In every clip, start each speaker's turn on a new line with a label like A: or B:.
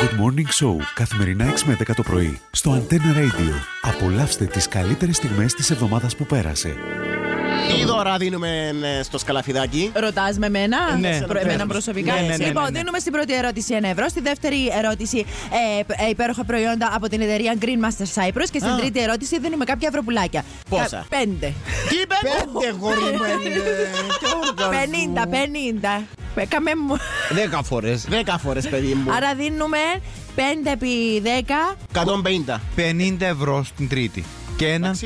A: Good Morning Show καθημερινά 6 με 10 το πρωί στο Antenna Radio. Απολαύστε τις καλύτερες στιγμές της εβδομάδας που πέρασε.
B: Τι δώρα δίνουμε ε, στο σκαλαφιδάκι.
C: Ρωτάς με μένα,
D: Ναι.
C: προ- εμένα προσωπικά.
D: Ναι, ναι, ναι, ναι,
C: λοιπόν,
D: ναι.
C: δίνουμε στην πρώτη ερώτηση 1 ευρώ. Στη δεύτερη ερώτηση ε, π- ε, υπέροχα προϊόντα από την εταιρεία Green Master Cyprus. Και στην
B: Α.
C: τρίτη ερώτηση δίνουμε κάποια ευρωπουλάκια.
B: Πόσα?
C: Κα- Πέντε.
B: Τι είπε, Πέντε γόρι μου, ε,
C: Πενήντα, πενήντα. Ε, Καμέ μου.
D: Δέκα φορές.
B: Δέκα φορές, παιδί μου.
C: Άρα δίνουμε 5 επί 10.
B: 150.
D: 50 ευρώ στην Τρίτη. Και έναν 51.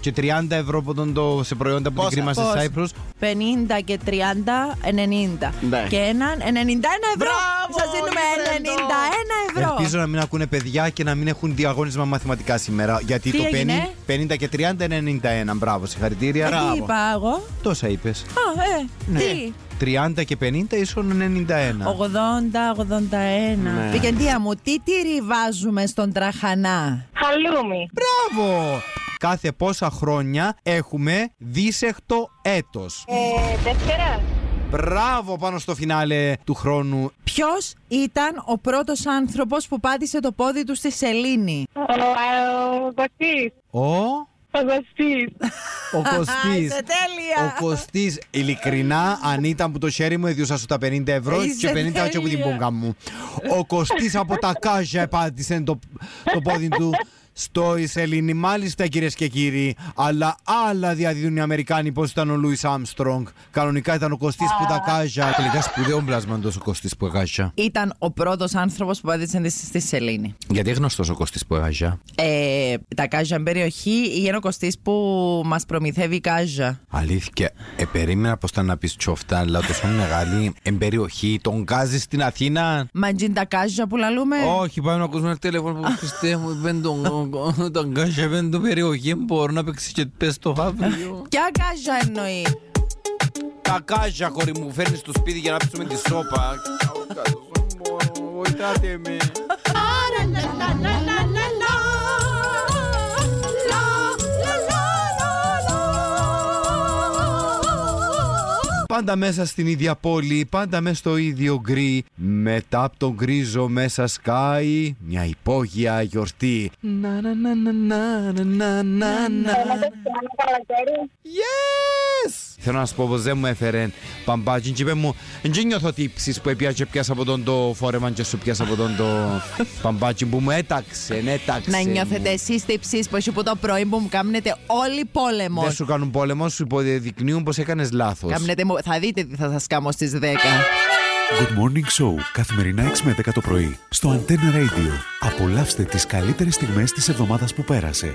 D: Και 30 ευρώ από τον το, σε προϊόντα που
B: Πόσα,
D: κρίμασε
C: πόσα.
D: Cyprus.
C: 50 και 30, 90.
B: Ναι.
C: Και έναν 91 ευρώ.
B: Μπράβο,
C: Σας δίνουμε
B: Λιβρέντο.
C: 91 ευρώ. Ε,
D: Ελπίζω να μην ακούνε παιδιά και να μην έχουν διαγώνισμα μαθηματικά σήμερα. Γιατί
C: Τι
D: το 50,
C: έγινε?
D: 50 και 30 είναι 91. Μπράβο, συγχαρητήρια.
C: Ε, Τι είπα εγώ.
D: Τόσα είπες.
C: Α, ε,
D: Ναι.
C: τι.
D: 30 και 50 ίσον 91.
C: 80-81.
D: Ναι.
C: Βικεντία μου, τι τυρί βάζουμε στον τραχανά.
E: Χαλούμι.
D: Μπράβο! Κάθε πόσα χρόνια έχουμε δίσεκτο έτος.
E: Ε, Δευτέρα.
D: Μπράβο πάνω στο φινάλε του χρόνου.
C: Ποιος ήταν ο πρώτος άνθρωπος που πάτησε το πόδι του στη σελήνη.
E: Ο Κωστής.
D: Ο...
E: Ο Κωστής.
D: Ο Κωστής.
C: Είσαι τέλεια.
D: Ο Κωστής, ειλικρινά, αν ήταν που το χέρι μου, έδιωσα σου τα 50 ευρώ
C: Είσαι
D: και 50 και από την
C: τέλεια.
D: πόγκα μου. Ο Κωστής από τα κάζια επάντησε το, το πόδι του στο Ισελίνη. Μάλιστα, κυρίες και κύριοι, αλλά άλλα διαδίδουν οι Αμερικάνοι πώς ήταν ο Λούι Άμστρονγκ. Κανονικά ήταν ο Κωστής που τα κάζια. Τελικά σπουδαίο πλάσματο ο Κωστής που έγαζα.
C: Ήταν ο πρώτος άνθρωπος που πάτησε στη σελήνη.
D: Γιατί γνωστός ο Κωστής που έγαζα.
C: Ε, τα κάζια περιοχή είναι ο Κωστής που μας προμηθεύει κάζια.
D: Αλήθεια, ε, περίμενα πως ήταν να πεις τσόφτα, αλλά τόσο μεγάλη εμπεριοχή. Τον γκάζει στην Αθήνα.
C: Μα τζιν τα κάζια που λαλούμε.
F: Όχι, πάμε να ακούσουμε ένα τηλέφωνο που Χριστέ μου δεν τον τον κάσια, δεν τον περιοχή, μπορώ να παίξει και πες το αύριο.
C: Ποια κάζια εννοεί.
D: Τα κάζια, χωρί μου, φέρνεις στο σπίτι για να ψούμε τη σόπα. Βοηθάτε με. Πάντα μέσα στην ίδια πόλη, πάντα μέσα στο ίδιο γκρι. Μετά από τον γκρίζο μέσα σκάει μια υπόγεια γιορτή. Να να να να να να να να να. Yes! Θέλω να σου πω πως δεν μου έφερε παμπάτζιν και είπε μου «Δεν νιώθω τύψεις που έπια και πιάσα από τον το φόρεμαν και σου πιάσα από τον το παμπάτζιν που μου έταξε, έταξε
C: Να
D: μου».
C: νιώθετε εσείς τύψει που που το πρωί που μου κάμνετε όλοι πόλεμος.
D: Δεν σου κάνουν πόλεμο, σου υποδεικνύουν πως έκανες λάθος.
C: Κάμνετε μου, θα δείτε τι θα σας κάνω στις 10.
A: Good Morning Show καθημερινά 6 με 10 το πρωί στο Antenna Radio. Απολαύστε τις καλύτερες στιγμές της εβδομάδας που πέρασε.